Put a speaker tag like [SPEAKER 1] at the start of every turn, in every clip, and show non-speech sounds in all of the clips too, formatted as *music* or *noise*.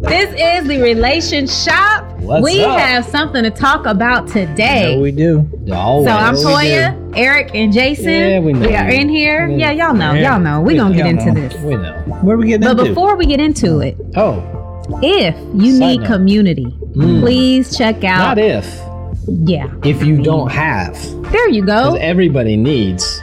[SPEAKER 1] This is the relationship.
[SPEAKER 2] What's
[SPEAKER 1] we
[SPEAKER 2] up?
[SPEAKER 1] have something to talk about
[SPEAKER 2] You
[SPEAKER 1] today.
[SPEAKER 2] know we do.
[SPEAKER 1] so
[SPEAKER 2] Always.
[SPEAKER 1] I'm
[SPEAKER 2] We do.
[SPEAKER 1] Toya, Eric, and Jason.
[SPEAKER 2] Yeah, we know.
[SPEAKER 1] are in here.
[SPEAKER 2] We-
[SPEAKER 1] Yeah, y'all know.
[SPEAKER 2] yeah.
[SPEAKER 1] Y'all know. We're
[SPEAKER 2] Yeah,
[SPEAKER 1] gonna get into
[SPEAKER 2] y'all know.
[SPEAKER 1] this.
[SPEAKER 2] We know. Where we getting
[SPEAKER 1] But
[SPEAKER 2] into?
[SPEAKER 1] before we get into it,
[SPEAKER 2] oh,
[SPEAKER 1] if you
[SPEAKER 2] Side
[SPEAKER 1] need
[SPEAKER 2] note.
[SPEAKER 1] community,
[SPEAKER 2] Mm.
[SPEAKER 1] please check out.
[SPEAKER 2] not if.
[SPEAKER 1] Yeah,
[SPEAKER 2] If you don't have, because
[SPEAKER 1] there you go.
[SPEAKER 2] everybody needs.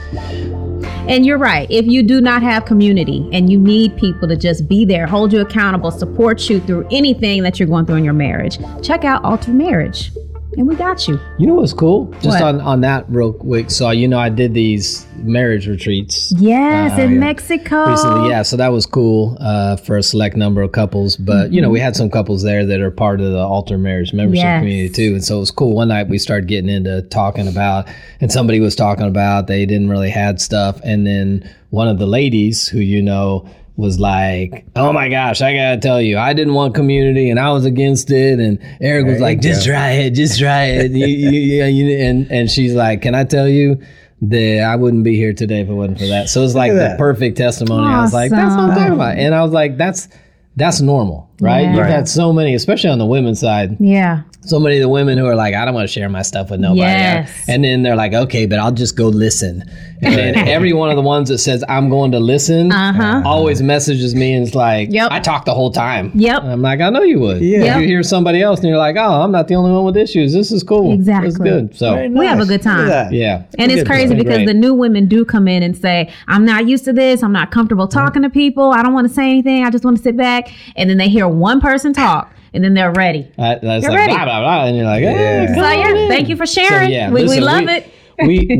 [SPEAKER 1] And you're right. If you do not have community and you need people to just be there, hold you accountable, support you through anything that you're going through in your marriage, check out Alter Marriage. And we got you.
[SPEAKER 2] You know what's cool? Just
[SPEAKER 1] What?
[SPEAKER 2] on on that real quick. So you know I did these marriage retreats.
[SPEAKER 1] Yes,
[SPEAKER 2] Oh,
[SPEAKER 1] in
[SPEAKER 2] yeah.
[SPEAKER 1] Mexico.
[SPEAKER 2] recently. Yeah, so that was cool uh, for a select number of couples. But you know, we had some couples there that are part of the altar marriage membership
[SPEAKER 1] Yes.
[SPEAKER 2] community too, and so it was cool. One night we started getting into talking about, and somebody was talking about they didn't really had stuff, and then one of the ladies who you know was like, "Oh my gosh, I gotta tell you, I didn't want community, and I was against it." And Eric was like, "Just try it, just try it." You- you- you- you- and and she's like, "Can I tell you?" That I wouldn't be here today if it wasn't for that. So it's like
[SPEAKER 3] at
[SPEAKER 2] the
[SPEAKER 3] that.
[SPEAKER 2] perfect testimony. And I was like, that's what I'm talking about. And I was like, that's that's normal, right?
[SPEAKER 1] Yeah.
[SPEAKER 2] You've
[SPEAKER 1] Right.
[SPEAKER 2] had so many, especially on the women's side,
[SPEAKER 1] Yeah.
[SPEAKER 2] so many of the women who are like, I don't want to share my stuff with nobody.
[SPEAKER 1] Yes.
[SPEAKER 2] And then they're like, okay, but I'll just go listen. And then every one of the ones that says, I'm going to listen,
[SPEAKER 1] Uh-huh.
[SPEAKER 2] always messages me and it's like,
[SPEAKER 1] Yep.
[SPEAKER 2] I talk the whole time.
[SPEAKER 1] Yep.
[SPEAKER 2] And I'm like, I know you would.
[SPEAKER 3] Yeah.
[SPEAKER 1] Yep.
[SPEAKER 2] You hear somebody else and you're like, oh, I'm not the only one with issues. This is cool. It's
[SPEAKER 1] Exactly.
[SPEAKER 2] good. So,
[SPEAKER 3] Very
[SPEAKER 1] We have a
[SPEAKER 3] nice.
[SPEAKER 1] good
[SPEAKER 3] Look at
[SPEAKER 1] time.
[SPEAKER 3] that.
[SPEAKER 2] yeah.
[SPEAKER 1] And it's
[SPEAKER 3] Good.
[SPEAKER 1] crazy because
[SPEAKER 2] Great.
[SPEAKER 1] the new women do come in and say, I'm not used to this. I'm not comfortable
[SPEAKER 2] Uh-huh.
[SPEAKER 1] talking to people. I don't want to say anything. I just want to sit back. And then they hear one person talk and then they're ready.
[SPEAKER 2] I, that's
[SPEAKER 1] You're
[SPEAKER 2] like,
[SPEAKER 1] ready.
[SPEAKER 2] blah, blah, blah. And you're like,
[SPEAKER 3] Yeah.
[SPEAKER 2] yeah.
[SPEAKER 1] So, yeah, thank you for sharing. we, we
[SPEAKER 2] listen,
[SPEAKER 1] love it.
[SPEAKER 2] we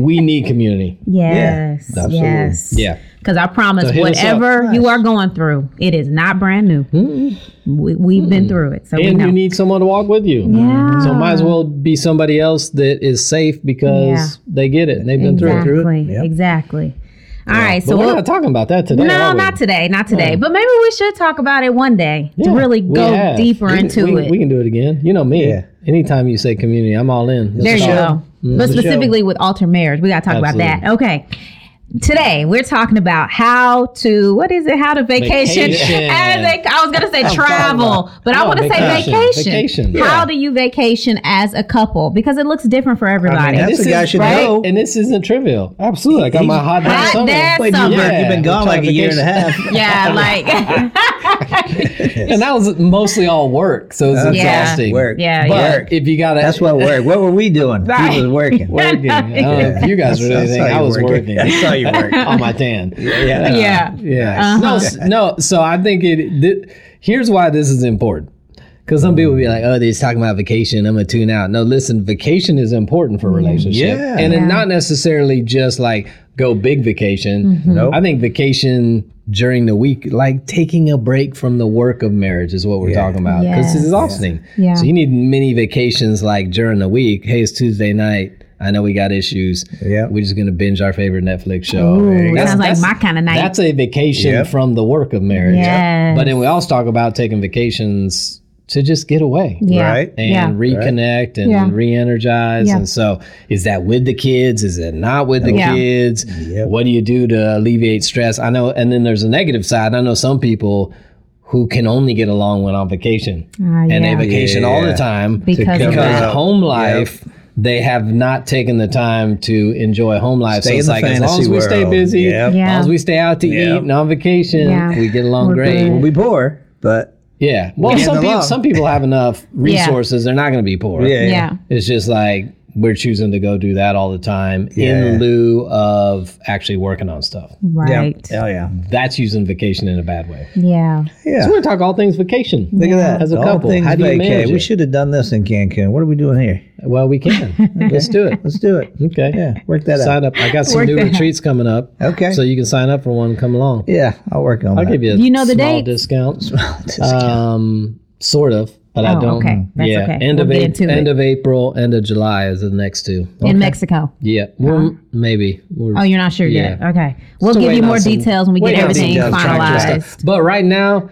[SPEAKER 1] *laughs*
[SPEAKER 2] we need community.
[SPEAKER 1] Yes.
[SPEAKER 3] absolutely.
[SPEAKER 1] yes.
[SPEAKER 2] Yeah.
[SPEAKER 1] Because I promise,
[SPEAKER 2] So hit us up.
[SPEAKER 1] whatever you are going through, it is not brand new. We, we've been through it. So, we
[SPEAKER 2] Mm-hmm. And
[SPEAKER 1] know.
[SPEAKER 2] you need someone to walk with you.
[SPEAKER 1] Yeah.
[SPEAKER 2] So might as well be somebody else that is safe because
[SPEAKER 1] Yeah.
[SPEAKER 2] they get it and they've been
[SPEAKER 1] exactly.
[SPEAKER 2] through it.
[SPEAKER 3] Yep.
[SPEAKER 1] Exactly. All right.
[SPEAKER 2] But
[SPEAKER 1] So,
[SPEAKER 2] we're
[SPEAKER 1] we'll-
[SPEAKER 2] not talking about that today.
[SPEAKER 1] No,
[SPEAKER 2] are we?
[SPEAKER 1] not today, not today. But maybe we should talk about it one day to
[SPEAKER 2] Yeah,
[SPEAKER 1] really
[SPEAKER 2] we
[SPEAKER 1] go
[SPEAKER 2] have.
[SPEAKER 1] deeper
[SPEAKER 2] We-
[SPEAKER 1] into
[SPEAKER 2] we-
[SPEAKER 1] it.
[SPEAKER 2] We can do it again. You know me.
[SPEAKER 3] Yeah.
[SPEAKER 2] Anytime you say community, I'm all in.
[SPEAKER 1] there
[SPEAKER 2] Let's
[SPEAKER 1] you
[SPEAKER 2] talk.
[SPEAKER 1] go. But
[SPEAKER 3] the show.
[SPEAKER 1] specifically with alter marriage, we got to talk about that. Okay. Today we're talking about how to what is it? How to vacation?
[SPEAKER 2] Vacation.
[SPEAKER 1] *laughs* As a, I was gonna say travel, but I
[SPEAKER 2] No,
[SPEAKER 1] want to say
[SPEAKER 2] vacation.
[SPEAKER 1] vacation.
[SPEAKER 2] Vacation.
[SPEAKER 1] How
[SPEAKER 2] Yeah.
[SPEAKER 1] do you vacation as a couple? Because it looks different for everybody.
[SPEAKER 3] that's
[SPEAKER 2] This
[SPEAKER 3] a guy
[SPEAKER 2] is-
[SPEAKER 3] should
[SPEAKER 2] right?
[SPEAKER 3] know.
[SPEAKER 2] And this isn't trivial. Absolutely. I got my hot
[SPEAKER 1] Hot
[SPEAKER 2] dad summer.
[SPEAKER 1] dad
[SPEAKER 3] Wait,
[SPEAKER 1] summer.
[SPEAKER 3] you've been- you've been gone like a year and a
[SPEAKER 2] *laughs*
[SPEAKER 3] half.
[SPEAKER 1] yeah, like *laughs*
[SPEAKER 2] And that was mostly all work. So it's
[SPEAKER 3] *laughs* That's
[SPEAKER 1] Yeah.
[SPEAKER 2] exhausting.
[SPEAKER 3] Work.
[SPEAKER 1] Yeah,
[SPEAKER 2] But
[SPEAKER 1] yeah.
[SPEAKER 2] if you got to
[SPEAKER 3] That's what work. What were we doing? He
[SPEAKER 1] *laughs*
[SPEAKER 3] was working.
[SPEAKER 2] working. I don't know if you guys were
[SPEAKER 3] I
[SPEAKER 2] doing
[SPEAKER 3] saw
[SPEAKER 2] anything.
[SPEAKER 3] you
[SPEAKER 2] I was
[SPEAKER 3] working. *laughs*
[SPEAKER 2] working.
[SPEAKER 3] I saw you
[SPEAKER 1] *laughs*
[SPEAKER 3] work.
[SPEAKER 2] on Oh my tan.
[SPEAKER 3] Yeah.
[SPEAKER 1] yeah. Uh-huh.
[SPEAKER 2] Yeah. No, s- no. So I think it. Th- here's why this is important. Because some people be like, "Oh, they're just talking about vacation. I'm gonna tune out." No, listen. Vacation is important for a relationship,
[SPEAKER 3] Yeah.
[SPEAKER 2] and it
[SPEAKER 1] Mm-hmm. Yeah.
[SPEAKER 2] not necessarily just like go big vacation.
[SPEAKER 1] Mm-hmm.
[SPEAKER 3] Nope.
[SPEAKER 2] I think vacation during the week, like taking a break from the work of marriage, is what we're
[SPEAKER 3] Yeah.
[SPEAKER 2] talking about because
[SPEAKER 1] Yes.
[SPEAKER 2] it's exhausting.
[SPEAKER 1] Yeah.
[SPEAKER 2] So you need many vacations like during the week. Hey, it's Tuesday night. I know we got issues.
[SPEAKER 3] Yeah.
[SPEAKER 2] we're just gonna binge our favorite Netflix show.
[SPEAKER 1] Ooh,
[SPEAKER 2] There you go.
[SPEAKER 1] sounds like my kind of night.
[SPEAKER 2] That's a vacation
[SPEAKER 3] Yep.
[SPEAKER 2] from the work of marriage.
[SPEAKER 1] Yes.
[SPEAKER 2] But then we also talk about taking vacations to just get away.
[SPEAKER 1] yeah.
[SPEAKER 3] Right?
[SPEAKER 2] And
[SPEAKER 1] yeah.
[SPEAKER 2] reconnect and
[SPEAKER 1] Yeah.
[SPEAKER 2] re-energize,
[SPEAKER 1] Yeah.
[SPEAKER 2] and so is that with the kids? Is it not with the
[SPEAKER 1] Yeah.
[SPEAKER 2] kids?
[SPEAKER 3] Yep.
[SPEAKER 2] What do you do to alleviate stress? I know, and then there's a negative side. I know some people who can only get along when on vacation,
[SPEAKER 1] Ah,
[SPEAKER 2] and
[SPEAKER 1] yeah.
[SPEAKER 2] they vacation all the
[SPEAKER 3] Yeah.
[SPEAKER 2] time
[SPEAKER 1] Because of
[SPEAKER 2] because
[SPEAKER 1] that.
[SPEAKER 2] home life they have not taken the time to enjoy home life.
[SPEAKER 3] Stay
[SPEAKER 2] so it's
[SPEAKER 3] in the
[SPEAKER 2] like as long
[SPEAKER 3] fantasy
[SPEAKER 2] as we stay
[SPEAKER 3] world.
[SPEAKER 2] busy,
[SPEAKER 3] Yep.
[SPEAKER 1] Yeah.
[SPEAKER 2] as long as we stay out to
[SPEAKER 3] Yep.
[SPEAKER 2] eat and on vacation,
[SPEAKER 1] Yeah.
[SPEAKER 2] we get along
[SPEAKER 1] We're
[SPEAKER 2] great.
[SPEAKER 1] good.
[SPEAKER 3] We'll be poor, but
[SPEAKER 2] Yeah. Well,
[SPEAKER 3] get
[SPEAKER 2] some people,
[SPEAKER 3] along.
[SPEAKER 2] some people have enough
[SPEAKER 1] Yeah.
[SPEAKER 2] resources; they're not going to be poor.
[SPEAKER 3] Yeah.
[SPEAKER 1] yeah.
[SPEAKER 2] It's just like we're choosing to go do that all the time
[SPEAKER 3] Yeah.
[SPEAKER 2] in lieu of actually working on stuff.
[SPEAKER 1] Right.
[SPEAKER 3] Yeah. Oh yeah.
[SPEAKER 2] That's using vacation in a bad way.
[SPEAKER 1] Yeah.
[SPEAKER 3] Yeah.
[SPEAKER 2] So we're going to talk all things vacation.
[SPEAKER 3] Look at that.
[SPEAKER 2] As a
[SPEAKER 3] All
[SPEAKER 2] couple,
[SPEAKER 3] things
[SPEAKER 2] how do you
[SPEAKER 3] vacay.
[SPEAKER 2] manage
[SPEAKER 3] We
[SPEAKER 2] it?
[SPEAKER 3] should have done this in Cancun. What are we doing here?
[SPEAKER 2] Well, we
[SPEAKER 3] *laughs*
[SPEAKER 2] can. Let's do it.
[SPEAKER 3] Let's do it.
[SPEAKER 2] Okay.
[SPEAKER 3] Yeah. Work that out.
[SPEAKER 2] Sign up. I got some
[SPEAKER 1] Work
[SPEAKER 2] new
[SPEAKER 1] that out.
[SPEAKER 2] retreats coming up.
[SPEAKER 3] Okay.
[SPEAKER 2] So you can sign up for one. Come along.
[SPEAKER 3] Yeah. I'll work on
[SPEAKER 2] I'll
[SPEAKER 3] that.
[SPEAKER 2] give you a
[SPEAKER 1] You know the
[SPEAKER 2] small
[SPEAKER 1] dates?
[SPEAKER 2] discount.
[SPEAKER 3] *laughs* Just
[SPEAKER 2] Um, sort of, but I
[SPEAKER 1] Oh,
[SPEAKER 2] don't.
[SPEAKER 1] okay. That's
[SPEAKER 2] yeah.
[SPEAKER 1] okay.
[SPEAKER 2] End
[SPEAKER 1] We'll
[SPEAKER 2] of
[SPEAKER 1] get
[SPEAKER 2] April,
[SPEAKER 1] into
[SPEAKER 2] end
[SPEAKER 1] it.
[SPEAKER 2] of April, end of July is the next two.
[SPEAKER 1] In Mexico.
[SPEAKER 2] Yeah. Well, maybe. We're
[SPEAKER 1] Oh, you're not sure yet.
[SPEAKER 2] Yeah.
[SPEAKER 1] Okay. We'll
[SPEAKER 2] Still
[SPEAKER 1] give you
[SPEAKER 2] waiting on
[SPEAKER 1] more
[SPEAKER 2] some-
[SPEAKER 1] details when we get
[SPEAKER 2] waiting on
[SPEAKER 1] everything
[SPEAKER 2] details, trying to get stuff.
[SPEAKER 1] finalized.
[SPEAKER 2] But right now,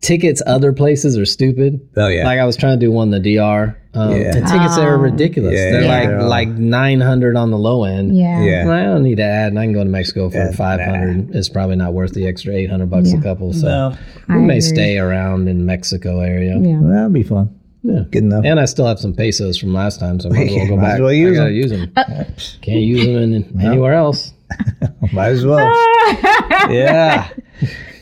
[SPEAKER 2] tickets other places are stupid.
[SPEAKER 3] Oh, yeah.
[SPEAKER 2] Like I was trying to do one in the DR. Um,
[SPEAKER 3] Yeah.
[SPEAKER 2] And tickets there
[SPEAKER 1] Oh.
[SPEAKER 2] are ridiculous.
[SPEAKER 3] Yeah,
[SPEAKER 2] they're
[SPEAKER 3] yeah,
[SPEAKER 2] like
[SPEAKER 3] they're all-
[SPEAKER 2] like 900 on the low end.
[SPEAKER 1] Yeah.
[SPEAKER 3] Yeah.
[SPEAKER 2] And I don't need to add, and I can go to Mexico for
[SPEAKER 3] Yeah,
[SPEAKER 2] 500. It's probably not worth the extra 800 bucks
[SPEAKER 1] Yeah.
[SPEAKER 2] a couple. So we
[SPEAKER 1] I
[SPEAKER 2] may
[SPEAKER 1] agree.
[SPEAKER 2] stay around in Mexico area.
[SPEAKER 1] Yeah.
[SPEAKER 3] Well, that'll be fun.
[SPEAKER 2] Yeah.
[SPEAKER 3] Good enough.
[SPEAKER 2] And I still have some pesos from last time, so I
[SPEAKER 3] *laughs*
[SPEAKER 2] might as well go
[SPEAKER 3] Might as
[SPEAKER 2] back.
[SPEAKER 3] well use
[SPEAKER 2] I gotta
[SPEAKER 3] 'em.
[SPEAKER 2] use
[SPEAKER 1] Uh,
[SPEAKER 2] them. Can't use them
[SPEAKER 3] *laughs*
[SPEAKER 2] in, anywhere else.
[SPEAKER 3] Might as
[SPEAKER 1] *laughs*
[SPEAKER 3] well. yeah. All
[SPEAKER 1] *laughs*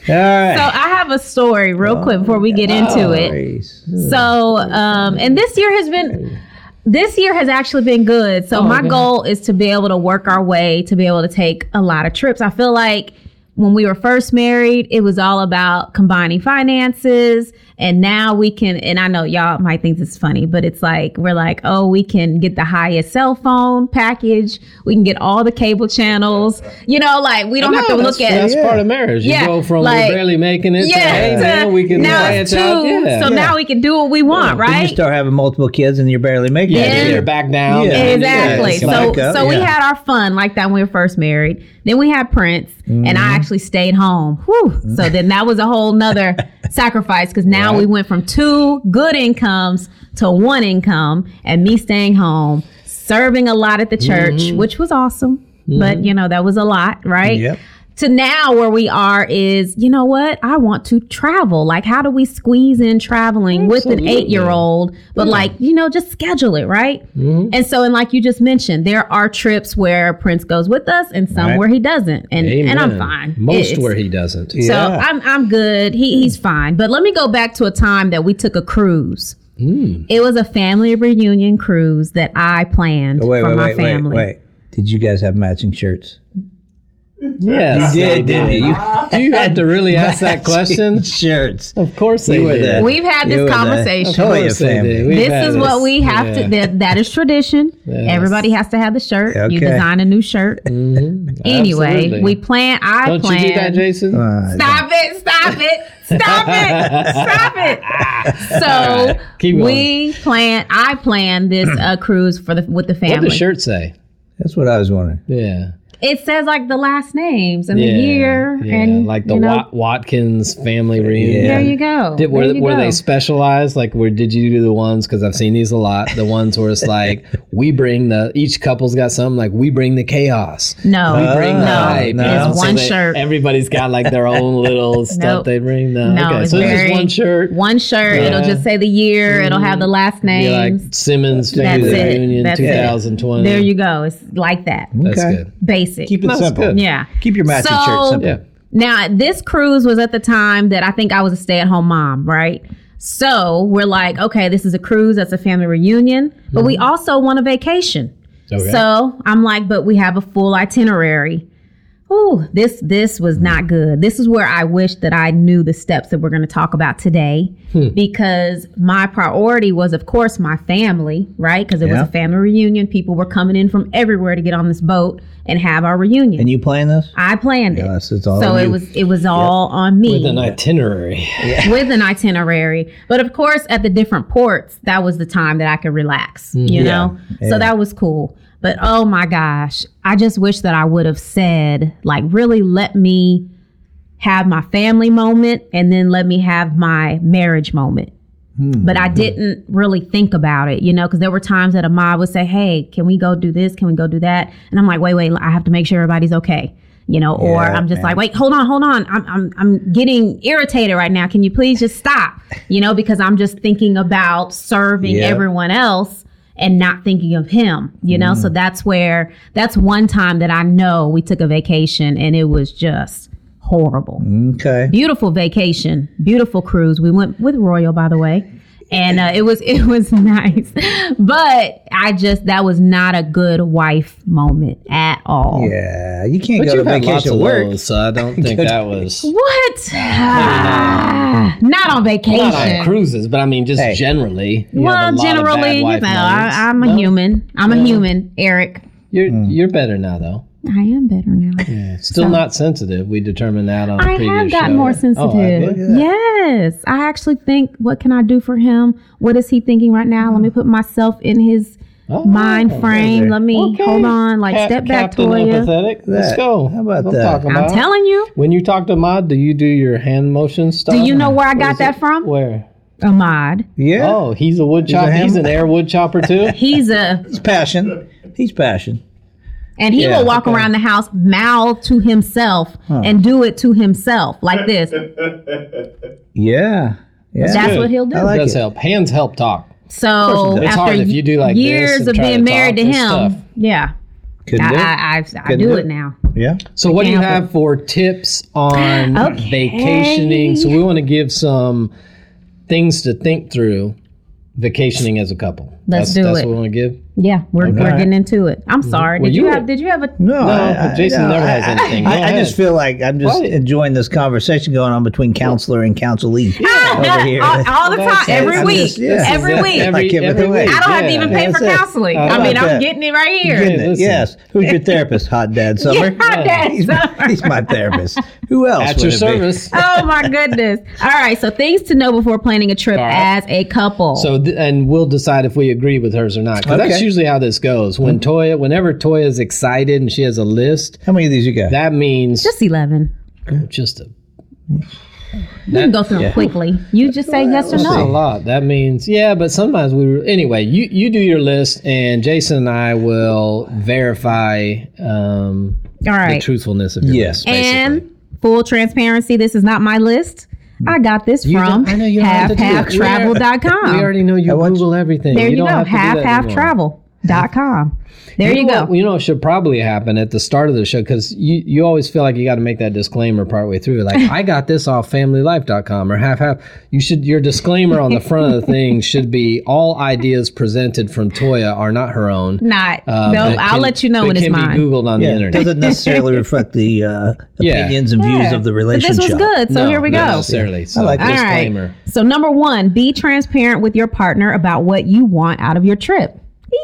[SPEAKER 1] So
[SPEAKER 3] right.
[SPEAKER 1] I have a story real quick before we get
[SPEAKER 3] oh.
[SPEAKER 1] into it.
[SPEAKER 3] Nice.
[SPEAKER 1] So, um, and this year has been, this year has actually been good. So my
[SPEAKER 2] good.
[SPEAKER 1] goal is to be able to work our way to be able to take a lot of trips. I feel like when we were first married, it was all about combining finances. And now we can, and I know y'all might think this is funny, but it's like, we're like, oh, we can get the highest cell phone package. We can get all the cable channels. You know, like we don't have to
[SPEAKER 2] No,
[SPEAKER 1] look
[SPEAKER 2] that's,
[SPEAKER 1] at
[SPEAKER 2] That's part of marriage. You
[SPEAKER 1] Yeah,
[SPEAKER 2] go from
[SPEAKER 1] like-
[SPEAKER 2] we're barely making it to,
[SPEAKER 1] yeah,
[SPEAKER 2] hey,
[SPEAKER 1] to-
[SPEAKER 2] man, we can
[SPEAKER 1] now
[SPEAKER 2] buy
[SPEAKER 1] it's
[SPEAKER 2] it
[SPEAKER 1] two,
[SPEAKER 2] out. Yeah.
[SPEAKER 1] so now we can do what we want,
[SPEAKER 3] Then You
[SPEAKER 1] right?
[SPEAKER 3] start having multiple kids and you're barely making
[SPEAKER 1] Yeah.
[SPEAKER 3] it.
[SPEAKER 2] Then you're back down.
[SPEAKER 3] Yeah.
[SPEAKER 2] and-
[SPEAKER 1] Exactly.
[SPEAKER 2] Yeah, it's
[SPEAKER 1] so
[SPEAKER 3] back up,
[SPEAKER 1] so we
[SPEAKER 3] uh, yeah.
[SPEAKER 1] had our fun like that when we were first married. Then we had Prince,
[SPEAKER 3] Mm-hmm.
[SPEAKER 1] and I actually stayed home. Whew. So then that was a whole
[SPEAKER 3] *laughs*
[SPEAKER 1] nother sacrifice because now we went from two good incomes to one income, and me staying home, serving a lot at the church,
[SPEAKER 3] Mm-hmm.
[SPEAKER 1] which was awesome. But you know that was a lot, right?
[SPEAKER 3] Yep.
[SPEAKER 1] to now where we are is you know what i want to travel like how do we squeeze in traveling with an
[SPEAKER 2] Absolutely.
[SPEAKER 1] eight year old but like you know just schedule it right
[SPEAKER 2] Mm-hmm.
[SPEAKER 1] and so and like you just mentioned there are trips where prince goes with us and some
[SPEAKER 3] Right.
[SPEAKER 1] where he doesn't and and i'm
[SPEAKER 2] Amen.
[SPEAKER 1] fine
[SPEAKER 2] Most
[SPEAKER 1] It's-
[SPEAKER 2] where he doesn't.
[SPEAKER 1] so
[SPEAKER 3] Yeah.
[SPEAKER 1] I'm I'm good. He he's fine. But let me go back to a time that we took a cruise.
[SPEAKER 2] Mm.
[SPEAKER 1] It was a family reunion cruise that I planned
[SPEAKER 3] Wait,
[SPEAKER 1] for
[SPEAKER 3] wait,
[SPEAKER 1] my
[SPEAKER 3] wait, wait,
[SPEAKER 1] family.
[SPEAKER 3] wait. Did you guys have matching shirts?
[SPEAKER 2] Yes, they did. *laughs*
[SPEAKER 3] You
[SPEAKER 2] Do you have to *laughs* really ask that question?
[SPEAKER 3] shirts.
[SPEAKER 2] Of course they
[SPEAKER 3] You were
[SPEAKER 2] did.
[SPEAKER 3] the-
[SPEAKER 1] We've had this
[SPEAKER 3] you were the
[SPEAKER 1] conversation.
[SPEAKER 2] Of course
[SPEAKER 3] Toya
[SPEAKER 2] they did.
[SPEAKER 3] family.
[SPEAKER 2] We've had
[SPEAKER 1] this is what we have
[SPEAKER 2] yeah.
[SPEAKER 1] to that, that is tradition
[SPEAKER 2] *laughs* Yes.
[SPEAKER 1] everybody has to have the shirt you
[SPEAKER 3] Okay.
[SPEAKER 1] design a new shirt anyway
[SPEAKER 2] Mm-hmm. Absolutely.
[SPEAKER 1] we plan i
[SPEAKER 2] Don't
[SPEAKER 1] plan
[SPEAKER 2] you do that, Jason?
[SPEAKER 3] Uh,
[SPEAKER 1] stop it stop it stop it stop it so
[SPEAKER 2] *laughs* Keep going. Mm.
[SPEAKER 1] we plan i plan this uh, cruise for the with the
[SPEAKER 2] what
[SPEAKER 1] family
[SPEAKER 2] does shirt say?
[SPEAKER 3] that's what I was wondering.
[SPEAKER 2] Yeah.
[SPEAKER 1] it says like the last names and
[SPEAKER 2] yeah.
[SPEAKER 1] the year
[SPEAKER 2] yeah.
[SPEAKER 1] and
[SPEAKER 2] like the
[SPEAKER 1] you know,
[SPEAKER 2] Wat- Watkins family reunion.
[SPEAKER 1] there you go
[SPEAKER 2] Did, were
[SPEAKER 1] Oh, There you
[SPEAKER 2] were
[SPEAKER 1] go.
[SPEAKER 2] they specialized? Like, where did you do the ones? Because I've seen these a lot. The ones where it's like
[SPEAKER 1] *laughs*
[SPEAKER 2] we bring the each couple's got something. Like we bring the chaos.
[SPEAKER 1] no
[SPEAKER 2] We bring the
[SPEAKER 1] no,
[SPEAKER 2] hype.
[SPEAKER 3] no.
[SPEAKER 2] you know,
[SPEAKER 1] it's one
[SPEAKER 2] they-
[SPEAKER 1] shirt
[SPEAKER 2] Everybody's got like their
[SPEAKER 1] *laughs*
[SPEAKER 2] own little stuff they bring. No,
[SPEAKER 1] No,
[SPEAKER 2] okay.
[SPEAKER 1] it's
[SPEAKER 2] so it's
[SPEAKER 1] very-
[SPEAKER 2] just one shirt.
[SPEAKER 1] one shirt it'll
[SPEAKER 2] Yeah. Mm-hmm.
[SPEAKER 1] just say the year it'll have the last
[SPEAKER 2] Be
[SPEAKER 1] names
[SPEAKER 2] like Simmons
[SPEAKER 1] That's
[SPEAKER 2] family
[SPEAKER 1] it.
[SPEAKER 2] reunion
[SPEAKER 1] That's it.
[SPEAKER 2] 2020.
[SPEAKER 1] There you go. It's like that.
[SPEAKER 2] That's
[SPEAKER 3] Okay.
[SPEAKER 2] good.
[SPEAKER 1] Basic.
[SPEAKER 3] Keep it
[SPEAKER 2] That's
[SPEAKER 3] simple.
[SPEAKER 2] good.
[SPEAKER 1] yeah.
[SPEAKER 3] Keep your matching
[SPEAKER 1] So-
[SPEAKER 3] shirts simple.
[SPEAKER 2] Yeah.
[SPEAKER 1] Now, this cruise was at the time that I think I was a stay at home mom, right? So we're like, okay, this is a cruise. That's a family reunion. But we also want a vacation.
[SPEAKER 2] Okay.
[SPEAKER 1] So I'm like, but we have a full itinerary. Ooh, this this was not good. This is where I wish that I knew the steps that we're going to talk about today, because my priority was, of course, my family, right? Because it
[SPEAKER 3] Yeah.
[SPEAKER 1] was a family reunion. People were coming in from everywhere to get on this boat and have our reunion.
[SPEAKER 3] And you playing this?
[SPEAKER 1] I planned it,
[SPEAKER 3] Yes, it's all
[SPEAKER 1] so
[SPEAKER 3] on
[SPEAKER 1] it
[SPEAKER 3] you.
[SPEAKER 1] was it was all on me
[SPEAKER 2] With an itinerary.
[SPEAKER 1] with an itinerary. But of course, at the different ports, that was the time that I could relax,
[SPEAKER 2] Mm.
[SPEAKER 1] you know? So that was cool. But oh my gosh, I just wish that I would have said, like, really let me have my family moment and then let me have my marriage moment.
[SPEAKER 3] Hmm.
[SPEAKER 1] But I didn't really think about it, you know, because there were times that Ahmad would say, Hey, can we go do this? Can we go do that? And I'm like, Wait, wait, I have to make sure everybody's okay, you know, or
[SPEAKER 3] Yeah,
[SPEAKER 1] I'm just
[SPEAKER 3] man.
[SPEAKER 1] like, Wait, hold on, hold on. I'm, I'm, I'm getting irritated right now. Can you please just stop, you know, because I'm just thinking about serving
[SPEAKER 3] Yep.
[SPEAKER 1] everyone else and not thinking of him, you know? So that's where, that's one time that I know we took a vacation and it was just horrible
[SPEAKER 3] Mm-hmm. Okay.
[SPEAKER 1] beautiful vacation, beautiful cruise. We went with Royal, by the way, and uh, it was *laughs* it was nice. But I just that was not a good wife moment at all.
[SPEAKER 3] Yeah, you can't
[SPEAKER 2] But
[SPEAKER 3] go to
[SPEAKER 2] you've had lots
[SPEAKER 3] vacation
[SPEAKER 2] of
[SPEAKER 3] work.
[SPEAKER 2] those, so I don't
[SPEAKER 3] *laughs*
[SPEAKER 2] think that was
[SPEAKER 1] What? Ah, not on vacation.
[SPEAKER 2] not on cruises, but I mean just
[SPEAKER 3] Hey.
[SPEAKER 2] generally. You
[SPEAKER 1] well,
[SPEAKER 2] have a lot of bad
[SPEAKER 1] generally, you
[SPEAKER 2] wife
[SPEAKER 1] know,
[SPEAKER 2] moments.
[SPEAKER 1] I, I'm a
[SPEAKER 2] No?
[SPEAKER 1] human. I'm a human, Eric.
[SPEAKER 2] You're
[SPEAKER 3] Hmm.
[SPEAKER 2] you're better now though.
[SPEAKER 1] I am better now.
[SPEAKER 2] Still not sensitive. We determined that on a
[SPEAKER 1] I
[SPEAKER 2] previous
[SPEAKER 1] have gotten
[SPEAKER 2] show.
[SPEAKER 1] more
[SPEAKER 2] Oh, I
[SPEAKER 1] sensitive.
[SPEAKER 2] did?
[SPEAKER 1] yes. I actually think, what can I do for him? What is he thinking right now? Let me put myself in his
[SPEAKER 2] Oh,
[SPEAKER 1] mind frame. Let me
[SPEAKER 2] okay.
[SPEAKER 1] hold on, like
[SPEAKER 2] Cap-
[SPEAKER 1] step back,
[SPEAKER 2] Captain
[SPEAKER 1] Toya.
[SPEAKER 2] Empathetic. Let's
[SPEAKER 3] That-
[SPEAKER 2] go.
[SPEAKER 3] how
[SPEAKER 2] That's
[SPEAKER 3] about
[SPEAKER 2] what
[SPEAKER 3] that?
[SPEAKER 2] talking
[SPEAKER 1] I'm
[SPEAKER 2] about.
[SPEAKER 1] telling you.
[SPEAKER 2] When you talk to Mod, do you do your hand motion stuff?
[SPEAKER 1] Do you know where I got
[SPEAKER 2] is
[SPEAKER 1] that
[SPEAKER 2] it?
[SPEAKER 1] from?
[SPEAKER 2] Where?
[SPEAKER 1] Ahmad.
[SPEAKER 3] Yeah.
[SPEAKER 2] Oh, he's a wood chopper.
[SPEAKER 3] hand-
[SPEAKER 2] He's, an air wood chopper
[SPEAKER 3] *laughs*
[SPEAKER 2] too.
[SPEAKER 1] He's a
[SPEAKER 3] He's passion. He's passion.
[SPEAKER 1] and he
[SPEAKER 3] Yeah,
[SPEAKER 1] will walk around the house mouth to himself and do it to himself like this.
[SPEAKER 3] Yeah. Yeah.
[SPEAKER 1] That's
[SPEAKER 2] good.
[SPEAKER 1] what he'll do.
[SPEAKER 3] I like
[SPEAKER 2] Does
[SPEAKER 3] it.
[SPEAKER 2] help. Hands help talk.
[SPEAKER 1] so
[SPEAKER 3] does.
[SPEAKER 2] It's
[SPEAKER 1] after
[SPEAKER 2] hard if you do like this
[SPEAKER 1] years
[SPEAKER 2] and
[SPEAKER 1] of
[SPEAKER 2] try to
[SPEAKER 1] being married to
[SPEAKER 2] talk,
[SPEAKER 1] him,
[SPEAKER 2] it's tough.
[SPEAKER 1] yeah,
[SPEAKER 3] Couldn't
[SPEAKER 1] I,
[SPEAKER 3] do it.
[SPEAKER 1] I, I, I
[SPEAKER 3] Couldn't
[SPEAKER 1] do
[SPEAKER 3] do
[SPEAKER 1] it
[SPEAKER 3] it.
[SPEAKER 1] now.
[SPEAKER 3] Yeah.
[SPEAKER 2] So, what do you
[SPEAKER 1] can't help
[SPEAKER 2] have for tips
[SPEAKER 1] *gasps*
[SPEAKER 2] on
[SPEAKER 1] Okay.
[SPEAKER 2] vacationing? So, we want to give some things to think through vacationing as a couple.
[SPEAKER 1] Let's
[SPEAKER 2] that's,
[SPEAKER 1] do
[SPEAKER 2] that's
[SPEAKER 1] it.
[SPEAKER 2] what we want to give.
[SPEAKER 1] Yeah, we're, we're
[SPEAKER 3] Alright.
[SPEAKER 1] getting into it. I'm sorry.
[SPEAKER 2] Well,
[SPEAKER 1] did you,
[SPEAKER 2] you
[SPEAKER 1] have?
[SPEAKER 2] were-
[SPEAKER 1] Did you have
[SPEAKER 2] *laughs*
[SPEAKER 1] a?
[SPEAKER 3] No, I,
[SPEAKER 2] No,
[SPEAKER 3] I-
[SPEAKER 2] Jason
[SPEAKER 3] no,
[SPEAKER 2] never
[SPEAKER 3] I-
[SPEAKER 2] has anything. Go
[SPEAKER 3] I, I
[SPEAKER 2] ahead.
[SPEAKER 3] just feel like I'm just
[SPEAKER 2] Right.
[SPEAKER 3] enjoying this conversation going on between counselor and counselee
[SPEAKER 2] Ah,
[SPEAKER 3] over
[SPEAKER 1] *laughs*
[SPEAKER 3] here.
[SPEAKER 1] all, all the
[SPEAKER 2] Well,
[SPEAKER 1] time,
[SPEAKER 2] that's-
[SPEAKER 1] every
[SPEAKER 3] I'm
[SPEAKER 1] week,
[SPEAKER 3] just- yeah.
[SPEAKER 1] every week.
[SPEAKER 3] That's- I give it away.
[SPEAKER 1] I don't have to
[SPEAKER 2] yeah.
[SPEAKER 1] even pay for
[SPEAKER 3] that's it.
[SPEAKER 1] counseling.
[SPEAKER 2] I
[SPEAKER 1] I mean,
[SPEAKER 3] like
[SPEAKER 1] I'm
[SPEAKER 3] that.
[SPEAKER 1] getting it right
[SPEAKER 2] You're
[SPEAKER 1] here.
[SPEAKER 2] Listen.
[SPEAKER 3] yes. Who's your therapist?
[SPEAKER 2] *laughs*
[SPEAKER 3] Hot Dad Summer.
[SPEAKER 1] Yeah, Dad
[SPEAKER 3] He's, my-
[SPEAKER 1] Summer.
[SPEAKER 3] he's my therapist. Who else?
[SPEAKER 2] At
[SPEAKER 3] would
[SPEAKER 2] your
[SPEAKER 3] it be?
[SPEAKER 2] service.
[SPEAKER 1] oh
[SPEAKER 2] *laughs*
[SPEAKER 1] my goodness! All right, so things to know before planning a trip
[SPEAKER 2] All right.
[SPEAKER 1] as a couple.
[SPEAKER 2] So, th- and we'll decide if we agree with hers or not. 'Cause that's
[SPEAKER 3] Okay. Mm-hmm.
[SPEAKER 2] usually how this goes. When Toya, whenever Toya is excited and she has a list,
[SPEAKER 3] How many of these you got?
[SPEAKER 2] that means just,
[SPEAKER 1] just eleven.
[SPEAKER 2] a,
[SPEAKER 1] We can go through them
[SPEAKER 3] yeah.
[SPEAKER 1] quickly. You just say yes or
[SPEAKER 2] just a
[SPEAKER 1] no.
[SPEAKER 2] lot. That means, yeah, but sometimes we, re- anyway, you, you do your list and Jason and I will verify um,
[SPEAKER 1] All
[SPEAKER 2] the
[SPEAKER 1] right.
[SPEAKER 2] truthfulness of your
[SPEAKER 3] Yeah.
[SPEAKER 2] list. Basically.
[SPEAKER 1] And full transparency, this is not my list. I got this from
[SPEAKER 2] don't- I know Mm. you don't have to do it. *laughs* we
[SPEAKER 1] halfhalftravel.com.
[SPEAKER 2] already know you
[SPEAKER 3] I want-
[SPEAKER 2] Google everything.
[SPEAKER 1] oh. There you
[SPEAKER 2] don't
[SPEAKER 1] go,
[SPEAKER 2] have to do that anymore. *laughs*
[SPEAKER 1] halfhalftravel.com. There you
[SPEAKER 2] know
[SPEAKER 1] go.
[SPEAKER 2] what- You know, it should probably happen at the start of the show because you, you always feel like you got to make that disclaimer partway through. Like, I got this off familylife.com or half half. You should, your disclaimer on the front of the thing should be all ideas presented from Toya are not her own.
[SPEAKER 1] Not.
[SPEAKER 2] um,
[SPEAKER 1] no,
[SPEAKER 2] but
[SPEAKER 1] I'll
[SPEAKER 2] can-
[SPEAKER 1] let you know
[SPEAKER 2] but
[SPEAKER 1] when it's
[SPEAKER 2] can be
[SPEAKER 1] mine.
[SPEAKER 2] Googled on the
[SPEAKER 3] yeah,
[SPEAKER 2] internet. *laughs*
[SPEAKER 3] doesn't necessarily reflect the uh,
[SPEAKER 2] Yeah.
[SPEAKER 3] opinions and views of the
[SPEAKER 1] But
[SPEAKER 3] relationship.
[SPEAKER 1] this was good. So
[SPEAKER 2] No,
[SPEAKER 1] here we
[SPEAKER 2] not
[SPEAKER 1] go.
[SPEAKER 2] Necessarily. So,
[SPEAKER 3] I like that.
[SPEAKER 1] All right.
[SPEAKER 2] disclaimer.
[SPEAKER 1] So number one, be transparent with your partner about what you want out of your trip.